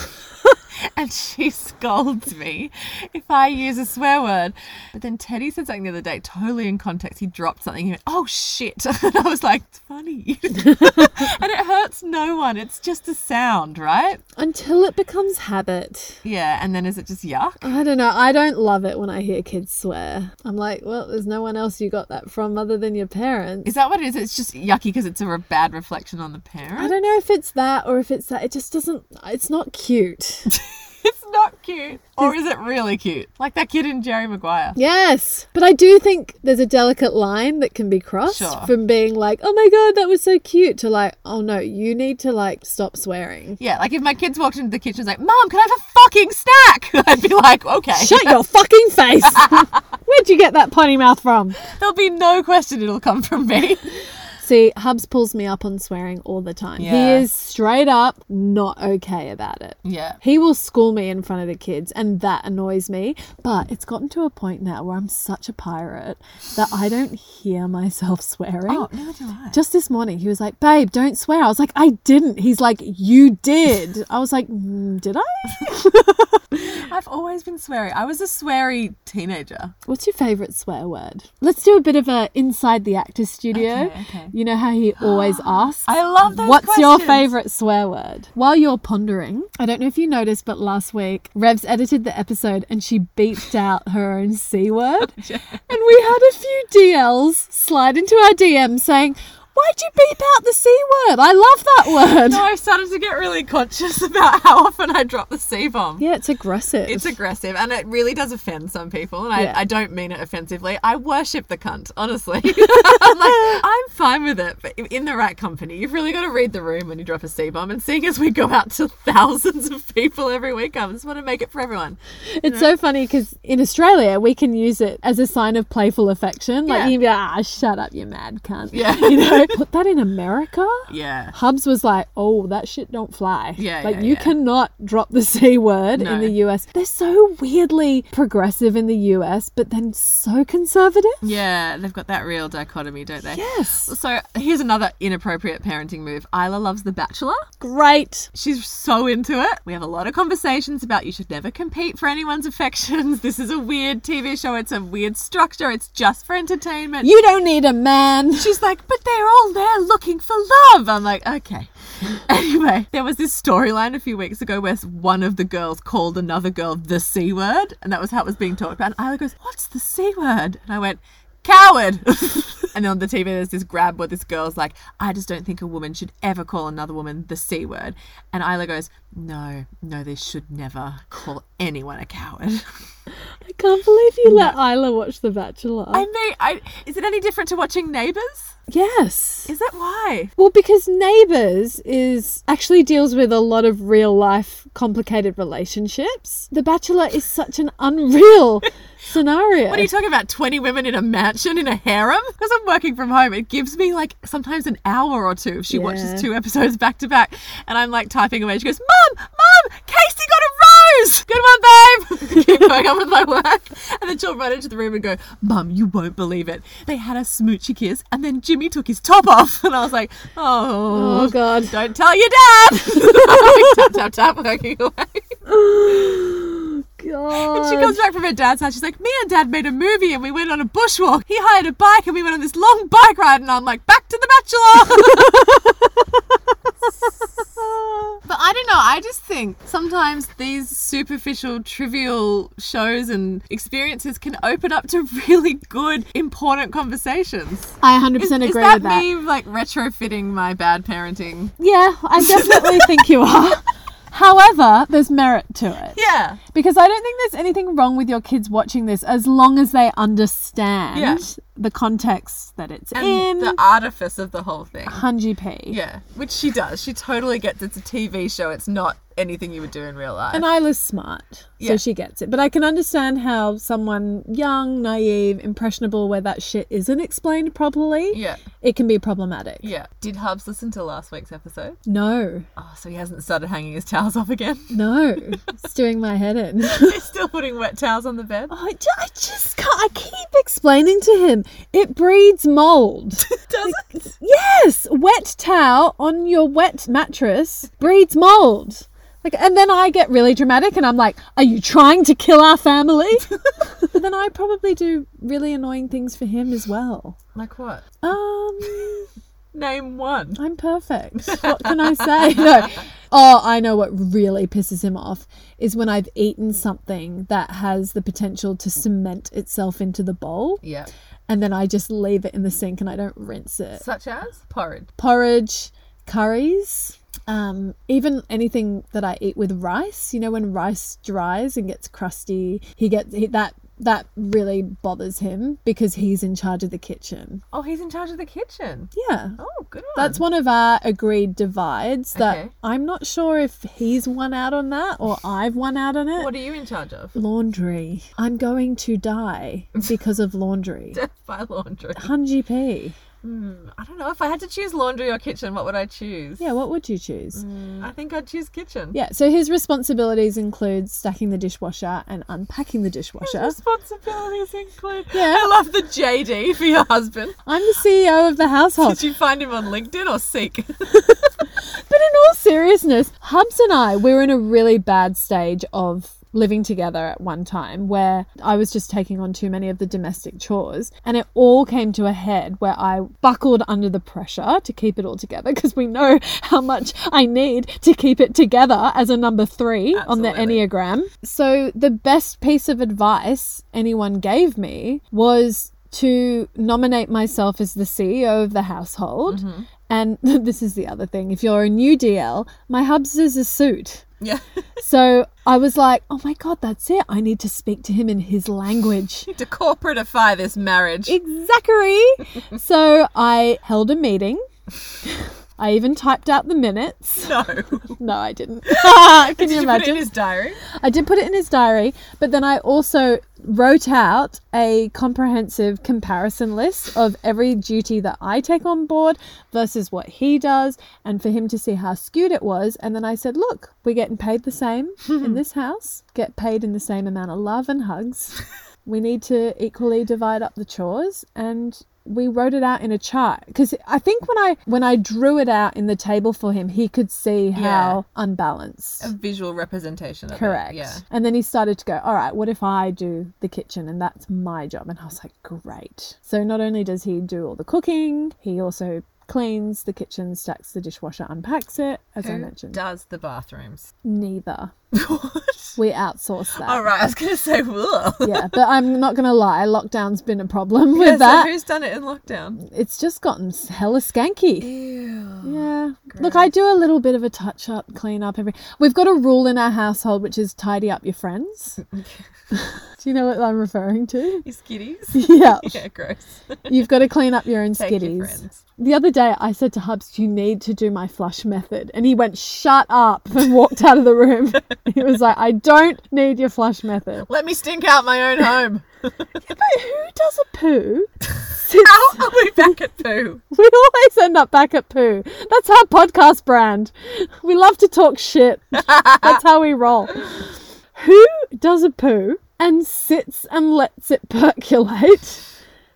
and she scolds me if I use a swear word. But then Teddy said something the other day, totally in context. He dropped something. He went, oh shit. [laughs] And I was like, it's funny. [laughs] and it hurts no one. It's just a sound, right?
Until it becomes habit.
Yeah. And then is it just yuck?
I don't know. I don't love it when I hear kids swear. I'm like, well, there's no one else you got that from other than your parents.
Is that what it is? It's just yucky because it's a re- bad reflection on the
I
parent.
don't know if it's that or if it's that. It just doesn't, it's not cute.
[laughs] It's not cute. Or is it really cute? Like that kid in Jerry Maguire.
Yes, but I do think there's a delicate line that can be crossed
Sure.
from being like, "Oh my god, that was so cute," to like, "Oh no, you need to like stop
[laughs]
swearing."
Yeah, like if my kids walked into the kitchen and was like, Mom, can I have a fucking snack? [laughs] I'd be like, okay. [laughs]
Shut your fucking face! Where'd you get that potty mouth from?
There'll be no question it'll come from me.
[laughs] See, Hubs pulls me up on swearing all the time.
Yeah.
He is straight up not okay about it.
Yeah.
He will school me in front of the kids, and that annoys me. But it's gotten to a point now where I'm such a pirate that I don't hear myself [laughs] swearing.
neither do I.
Just this morning, he was like, Babe, don't swear. I was like, I didn't. He's like, You did. I was like, "Mm, Did I?
[laughs] I've always been sweary. I was a sweary teenager.
What's your favorite swear word? Let's do a bit of a inside the actor's studio.
Okay, okay.
You know how he
[gasps]
always asks?
I love those
What's your
questions.
favorite swear word? While you're pondering, I don't know if you noticed, but last week Revs edited the episode and she beeped out her own [laughs] C word. and we had a few DLs slide into our DM saying, Why'd you beep out the C word? I love that word.
No, I started to get really conscious [laughs] about how often I drop the C bomb.
Yeah, it's aggressive.
It's aggressive and it really does offend some people. And I,
Yeah.
I don't mean it offensively. I worship the cunt, [laughs] honestly. I'm, like, I'm fine with it, but in the right company, you've really got to read the room when you drop a C bomb. And seeing as we go out to thousands of people every week, I just want to make it for everyone.
It's so funny because in Australia we can use it as a sign of playful affection. Like
Yeah.
you can be like, ah, shut up, you mad cunt.
Yeah.
[laughs] You know, put that in America.
Yeah.
Hubs was like, oh, that shit don't fly.
Yeah,
Like
yeah,
you
yeah.
cannot drop the [laughs] C word
No.
in the US. They're so weirdly progressive in the US, but then so conservative.
Yeah, they've got that real dichotomy, don't they?
Yes.
So here's another inappropriate parenting move. Isla loves The Bachelor.
Great.
She's so into it. We have a lot of conversations about you should never compete for anyone's affections. [laughs] This is a weird TV show. It's a weird structure. It's just for entertainment.
You don't need a man. [laughs]
She's like, but they're all there looking for love. I'm like, okay. [laughs] Anyway, there was this storyline a few weeks ago where one of the girls called another girl the C word, and that was how it was being talked about. And Isla goes, What's the C word? And I went, Coward! [laughs] and on the TV, there's this grab where this girl's like, I just don't think a woman should ever call another woman the C word. And Isla goes, No, no, they should never call anyone a coward. [laughs]
I can't believe you let Isla watch The Bachelor.
I mean, I, is it any different to watching Neighbours?
yes.
Is that why?
Well, because Neighbours is actually deals with a lot of real life complicated relationships. The Bachelor is such an [laughs] unreal scenario. [gasps]
What are you talking about? 20 women in a mansion in a harem? Because I'm working from home. It gives me like sometimes an hour or two if she
Yeah.
watches two episodes back to back. And I'm like typing away. She goes, Mum, Mum, Casey got a rose. Good one, babe. [laughs] Keep going on with my work. And then she'll run into the room and go, Mum, you won't believe it. They had a smoochy kiss and then Jimmy took his top off. [laughs] And I was like, Oh,
Oh, God.
Don't tell your dad. [laughs] tap, tap, tap, working away.
God.
She comes back from her dad's house. She's like, Me and dad made a movie and we went on a bushwalk. He hired a bike and we went on this long bike ride. And I'm like, Back to the bachelor. [laughs] but I don't know. I just think sometimes these superficial, trivial shows and experiences can open up to [laughs] really good, important conversations.
I 100%
Is,
agree
is that
with that.
me like retrofitting my bad parenting?
Yeah,
[laughs]
I definitely think you are. However, there's merit to it.
Yeah.
Because I don't think there's anything wrong with your kids watching this as long as they understand
Yeah.
the context that it's
And
in.
the artifice of the whole thing.
Hunji P.
Yeah, which she does. She totally gets it's a TV show. It's not anything you would do in real life.
And Isla's smart, so
Yeah.
she gets it. But I can understand how someone young, naive, impressionable, where that shit isn't explained properly,
yeah,
it can be problematic.
yeah. Did Hubs listen to last week's episode?
No,
Oh, so he hasn't started hanging his towels off again. [laughs]
no, it's doing my head in.
He's still putting wet towels on
[laughs]
the bed.
I, ju- I just can't. I keep explaining to him it breeds mold.
Does it?
yes, wet towel on your wet mattress breeds mold. Like, and then I get really dramatic, and I'm like, "Are you trying to kill our family?" but then I probably do really annoying things for him as well.
[laughs] Like what?
Um,
Name one.
I'm perfect. What can I say? [laughs] No. Oh, I know what really pisses him off is when I've eaten something that has the potential to cement itself into the bowl
Yeah.
and then I just leave it in the sink and I don't rinse it.
Such as porridge.
Porridge, curries, um, even anything that I eat with rice. You know, when rice dries and gets crusty, he gets he, that. That really bothers him because he's in charge of the kitchen.
Oh, he's in charge of the kitchen.
Yeah.
Oh, good one.
That's one of our agreed divides that
Okay.
I'm not sure if he's won out on that or I've won out on it.
What are you in
[laughs]
charge of?
laundry. I'm going to die because of
[laughs]
laundry.
Death by laundry.
Hunji P.
Hmm, I don't know. If I had to choose laundry or kitchen, what would I choose?
Yeah, what would you choose?
I think I'd choose kitchen.
Yeah, so his responsibilities include stacking the dishwasher and unpacking the dishwasher.
Responsibilities include.
Yeah.
I love the JD for your husband.
I'm the CEO of the household.
Did you find him on LinkedIn
[laughs]
or Seek?
But in all seriousness, Hubs and I, we were in a really bad stage of living together at one time where I was just taking on too many of the domestic chores. And it all came to a head where I buckled under the pressure to keep it all together because we know how much I need to keep it together as a number three on the E
Absolutely.
Enneagram. So the best piece of advice anyone gave me was to nominate myself as the CEO of the household.
Mm-hmm.
And [laughs] this is the other thing if you're a new DL, my hubs is a suit.
Yeah.
So I was like, oh my God, that's it. I need to speak to him in his language.
[laughs] [laughs] to corporatify this marriage.
Exactly. so I held a meeting. [laughs] I even typed out the minutes. [laughs]
no. [laughs]
No, I didn't. [laughs] Can
Did
you
you put it in
imagine?
his diary?
I did put it in his diary, but then I also wrote out a comprehensive comparison list of every duty that I take on board versus what he does, and for him to see how skewed it was. And then I said, Look, we're getting paid the same in this house, get paid in the same amount of love and hugs. We need to equally divide up the chores and we wrote it out in a chart because I think when I when I drew it out in the table for him he could see how unbalanced
A visual representation of
Correct.
it. Yeah.
And then he started to go, all right, what if I do the kitchen and that's my job? And I was like, great. So not only does he do all the cooking, he also cleans the kitchen, stacks the dishwasher, unpacks it, as I
Who
mentioned. Uh,
does the bathrooms? [laughs]
Neither.
what?
We outsource that.
All right, I was going to say, whoa.
yeah, but I'm not going to lie, lockdown's been a problem [laughs] with
Yeah, [laughs] so
that.
who's done it in lockdown?
it's just gotten hella skanky.
Ew.
Yeah. Look, I do a little bit of a touch up, clean up every. We've got a rule in our household which is tidy up your
[laughs]
friends. [laughs] do you know what I'm referring to?
His skitties?
[laughs]
[laughs]
Yeah.
yeah, gross. [laughs]
You've got to clean up your own
Take your
skitties.
friends.
the other day I said to Hubs, you need to do my flush method. And he went, shut up, [laughs] and walked out of the room. [laughs] he was like, I don't need your flush method.
Let me stink out my
[laughs]
own home.
But who does a poo? Since
How are we back at poo?
[laughs] we always end up back at poo. That's our podcast brand. We love to talk shit. That's how we roll. Who does a poo and sits and lets it [laughs] percolate?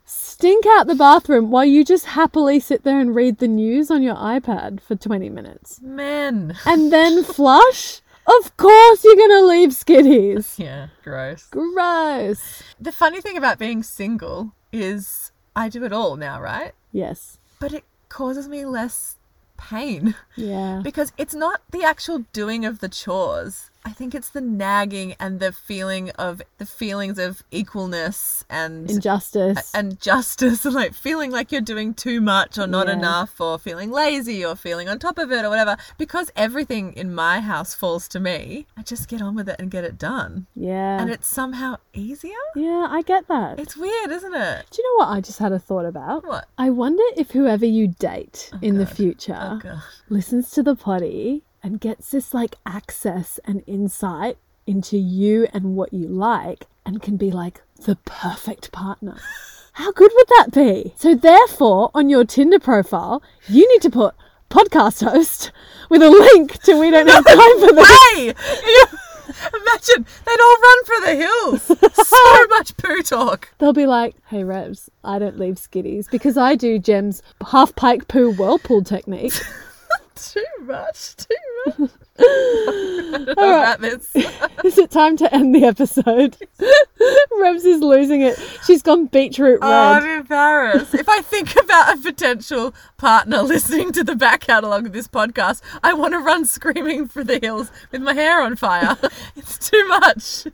Stink out the bathroom while you just happily sit there and read the news on your iPad for 20 minutes.
Men.
And then flush? Of course you're going to leave skitties.
Yeah, gross.
Gross.
The funny thing about being single is I do it all now, right?
Yes.
But it causes me less pain [laughs]
Yeah.
because it's not the actual doing of the chores. I think it's the nagging and the feeling of the feelings of equalness and
Injustice.
and justice [laughs] and like feeling like you're doing too much or not
Yeah.
enough or feeling lazy or feeling on top of it or whatever because everything in my house falls to me i just get on with it and get it done and
Yeah.
it's somehow easier
Yeah, I get that.
it's weird isn't it
Do you know what I just had a thought about?
what
I wonder if whoever you date in the
God.
future
oh god
listens to the potty and gets this like access and insight into you and what you like and can be like the perfect partner. How good would that be? So therefore, on your Tinder profile, you need to put podcast host with a link to we don't have time for this.
hey You- [laughs] imagine they'd all run for the hills [laughs] so much poo talk
They'll be like, hey Revs, I don't leave skitties because I do Jem's half pike poo whirlpool technique.
too much too [laughs] much about this
Is it time to end the episode? [laughs] Rebs is losing it. She's gone beetroot
Oh, I'm
red.
embarrassed. if I think about a potential partner [laughs] listening to the back catalogue of this podcast, I want to run screaming for the hills with my hair on [laughs] fire. it's too much.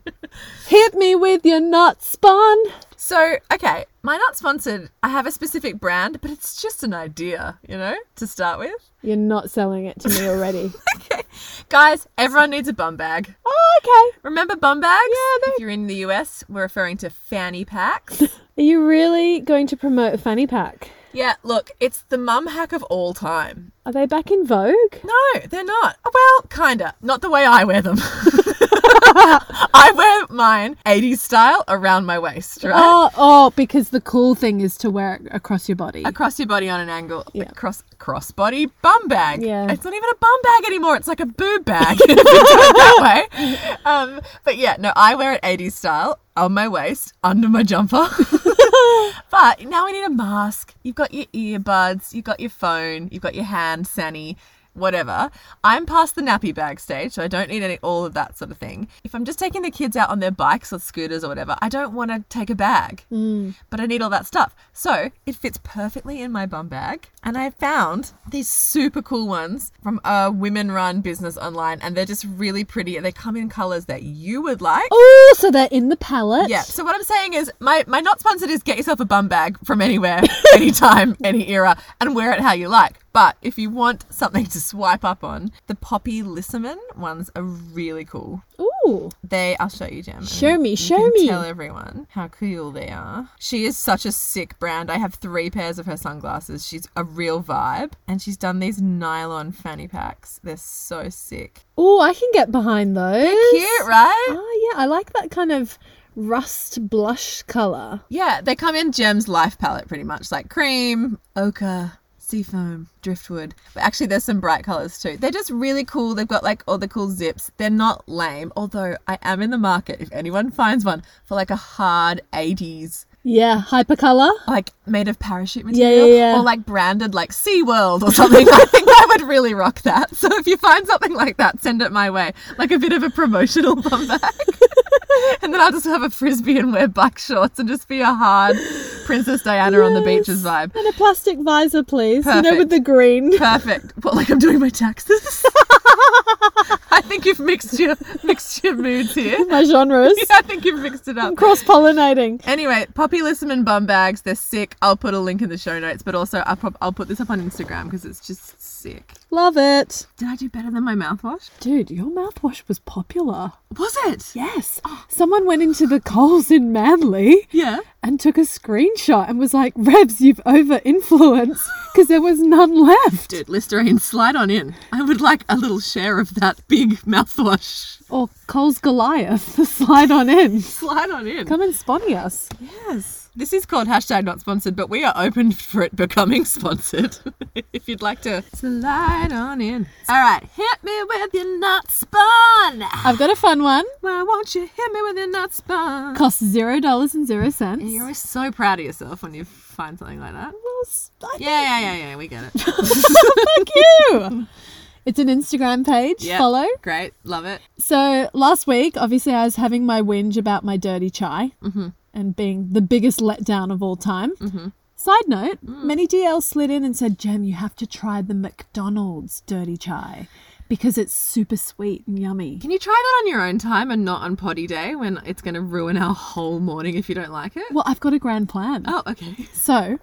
Hit me with your nut spawn.
So, okay, my not sponsored. I have a specific brand, but it's just an idea, you know, to start with.
You're not selling it to me
[laughs]
already.
Guys, everyone needs a bum bag.
oh,
Remember bum bags? Yeah, if you're in the US, we're referring to fanny [laughs] packs.
okay. Are you really going to promote a fanny pack?
yeah, look, it's the mum hack of all time.
Are they back in vogue?
No, they're not. Well, kinda. Not the way I wear [laughs] them. I wear mine 80s style around my waist, right?
Oh, oh, because the cool thing is to wear it across your body.
Across your body on an angle.
Yeah.
Cross crossbody bum bag.
Yeah.
It's not even a bum bag anymore. It's like a
[laughs]
boob bag. [laughs] if you do it that way. Um, but yeah, no, I wear it 80s style on my waist, under my jumper. [laughs] but now we need a mask. You've got your earbuds, you've got your phone, you've got your hand, Sani. whatever. I'm past the nappy bag stage, so I don't need any all of that sort of thing. If I'm just taking the kids out on their bikes or scooters or whatever, I don't want to take a bag, but I need all that stuff. So it fits perfectly in my bum bag, and I found these super cool ones from a women-run business online, and they're just really pretty, and they come in colors that you would like.
Oh, so they're in the palette.
Yeah. So what I'm saying is, my my not sponsored is get yourself a bum bag from anywhere, [laughs] anytime, any era, and wear it how you like. But if you want something to swipe up on, the Poppy Lissaman ones are really cool.
Ooh.
They, I'll show you, Gem.
Show me,
You
show
can
me.
Tell everyone how cool they are. She is such a sick brand. I have three pairs of her sunglasses. She's a real vibe, and she's done these nylon fanny packs. They're so sick.
Ooh, I can get behind those.
Cute, right?
Oh yeah, I like that kind of rust blush color.
Yeah, they come in Gem's life palette pretty much, like cream, ochre, seafoam, driftwood. But actually, there's some bright colors too. They're just really cool. They've got like all the cool zips. They're not lame, although I am in the market if anyone [laughs] finds one for like a hard 80s.
Yeah, hyper color.
Like made of parachute
Yeah, yeah,
material
yeah.
or like branded like SeaWorld or something. [laughs] I think I would really rock that. So if you find something like that, send it my way. Like a bit of a promotional bum bag. [laughs] And then I'll just have a frisbee and wear bike shorts and just be a hard Princess Diana on the beaches vibe.
And a plastic visor, please. You know, with
Perfect.
the green. [laughs]
Perfect. What like I'm doing my taxes. [laughs] I think you've mixed your mixed your moods here. [laughs]
My [laughs] genres.
I think you've mixed it up.
I'm cross pollinating.
Anyway, Poppy Lissaman bum bags, they're sick. I'll put a link in the show notes, but also I'll, prob- I'll put this up on Instagram because it's just sick.
Love it.
Did I do better than my mouthwash?
Dude, your mouthwash was popular.
Was it?
Yes. Someone went into the Coles in Manly
Yeah.
and took a screenshot and was like, Rebs, you've over [laughs] influenced because there was none left.
Dude, Listerine, slide on in. I would like a little share of that big mouthwash.
Or Coles Goliath, [laughs] the slide on in.
Slide on in.
Come and spotty us.
Yes. This is called hashtag not sponsored, but we are open for it becoming [laughs] sponsored. if you'd like to slide on in. All right, hit me with your not spun.
I've got a fun one.
Why won't you hit me with your not spun?
Costs zero dollars and zero cents.
You're always so proud of yourself when you find something like that.
Well, s- I
Yeah, yeah, yeah, yeah. We get it.
thank you. [laughs] It's an Instagram page.
Yeah.
Follow.
Great. Love it.
So last week, obviously, I was having my whinge about my dirty chai and being the biggest letdown of all time. Side note, many DLs slid in and said, Jem, you have to try the McDonald's dirty chai because it's super sweet and yummy.
Can you try that on your own time and not on potty day when it's going to ruin our whole morning if you don't like it?
Well, I've got a grand plan.
Oh, okay.
So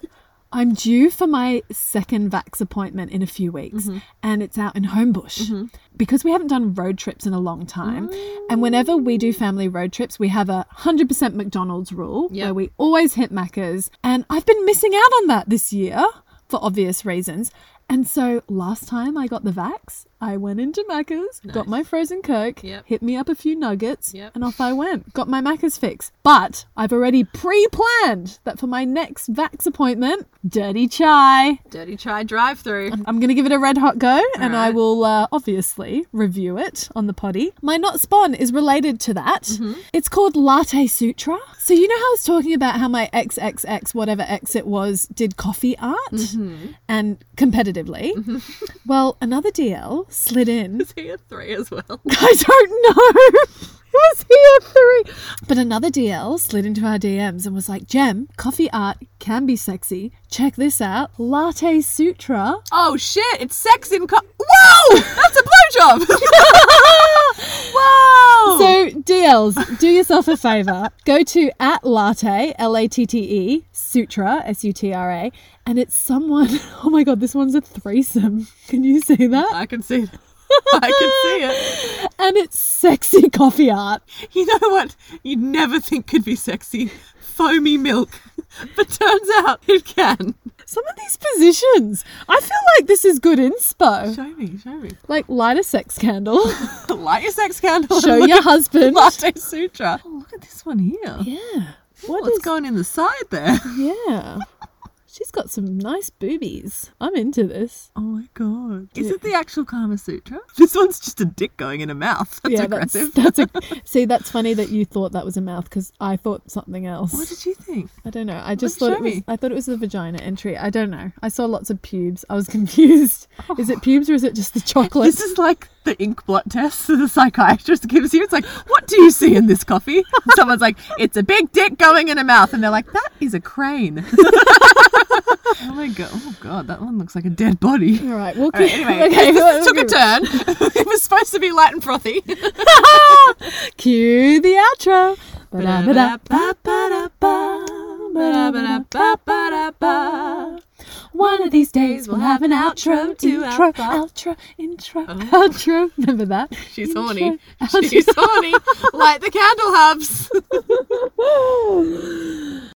I'm due for my second vax appointment in a few weeks, and it's out in Homebush because we haven't done road trips in a long time. And whenever we do family road trips, we have a 100% McDonald's rule
Yep.
where we always hit Macca's. And I've been missing out on that this year for obvious reasons. And so last time I got the vax, I went into Macca's, got my frozen Coke,
Yep.
hit me up a few nuggets,
Yep.
and off I went. Got my Macca's fix. But I've already pre planned that for my next vax appointment, dirty chai.
Dirty try drive through.
I'm going to give it a red hot go and I
Alright.
will uh, obviously review it on the potty. My not spawn is related to that.
Mm-hmm.
It's called Latte Sutra. So, you know how I was talking about how my XXX, whatever X it was, did coffee art
Mm-hmm.
and competitively? Well, another DL slid
[laughs]
in.
See a three as well.
I don't know. [laughs] It was here three. But another DL slid into our DMs and was like, Gem, coffee art can be sexy. Check this out. Latte Sutra.
Oh shit! It's sex in co- Whoa! That's a blowjob. [laughs] Whoa!
So, DLs, do yourself a favor. Go to at latte, L A T T E, sutra, S U T R A, and it's someone. [laughs] Oh my God, this one's a threesome. Can you see that?
I can see. That. I can see it.
And it's sexy coffee art.
You know what? You'd never think could be sexy, foamy milk, [laughs] but turns out it can.
Some of these positions. I feel like this is good inspo.
Show me, show me. [laughs]
Like light a sex candle, [laughs]
Light your sex candle.
show
and [laughs]
your husband.
latte sutra. Oh, look at this one here.
Yeah.
What's
What is
going in the side there? [laughs]
yeah. She's got some nice boobies. I'm into this.
Oh my god. Is it the actual Kama Sutra? [laughs] This one's just a dick going in a mouth. That's aggressive.
that's that's a,
[laughs]
see. That's funny that you thought that was a mouth because I thought something else.
What did you think?
I don't know. I just
did you
thought it
show
was.
me?
I thought it was the vagina entry. I don't know. I saw lots of pubes. I was [laughs] confused. Is it pubes or is it just the chocolate?
This is like the ink blot test that the psychiatrist gives you. It's like, what do you see in this coffee? And someone's like, it's a big dick going in a mouth. And they're like, that is a crane. [laughs] oh my god. Oh god, that one looks like a dead body.
all right. We'll keep,
All right,
[laughs]
anyway,
okay.
this took a
okay.
turn. [laughs] it was supposed to be light and frothy.
Cue the outro. Ba-da-ba-da.
That's
One of these days we'll have an outro to
Intro,
outro, outro, Oh. intro, outro. [laughs] Remember that?
She's horny. She's horny. Light the candle hubs.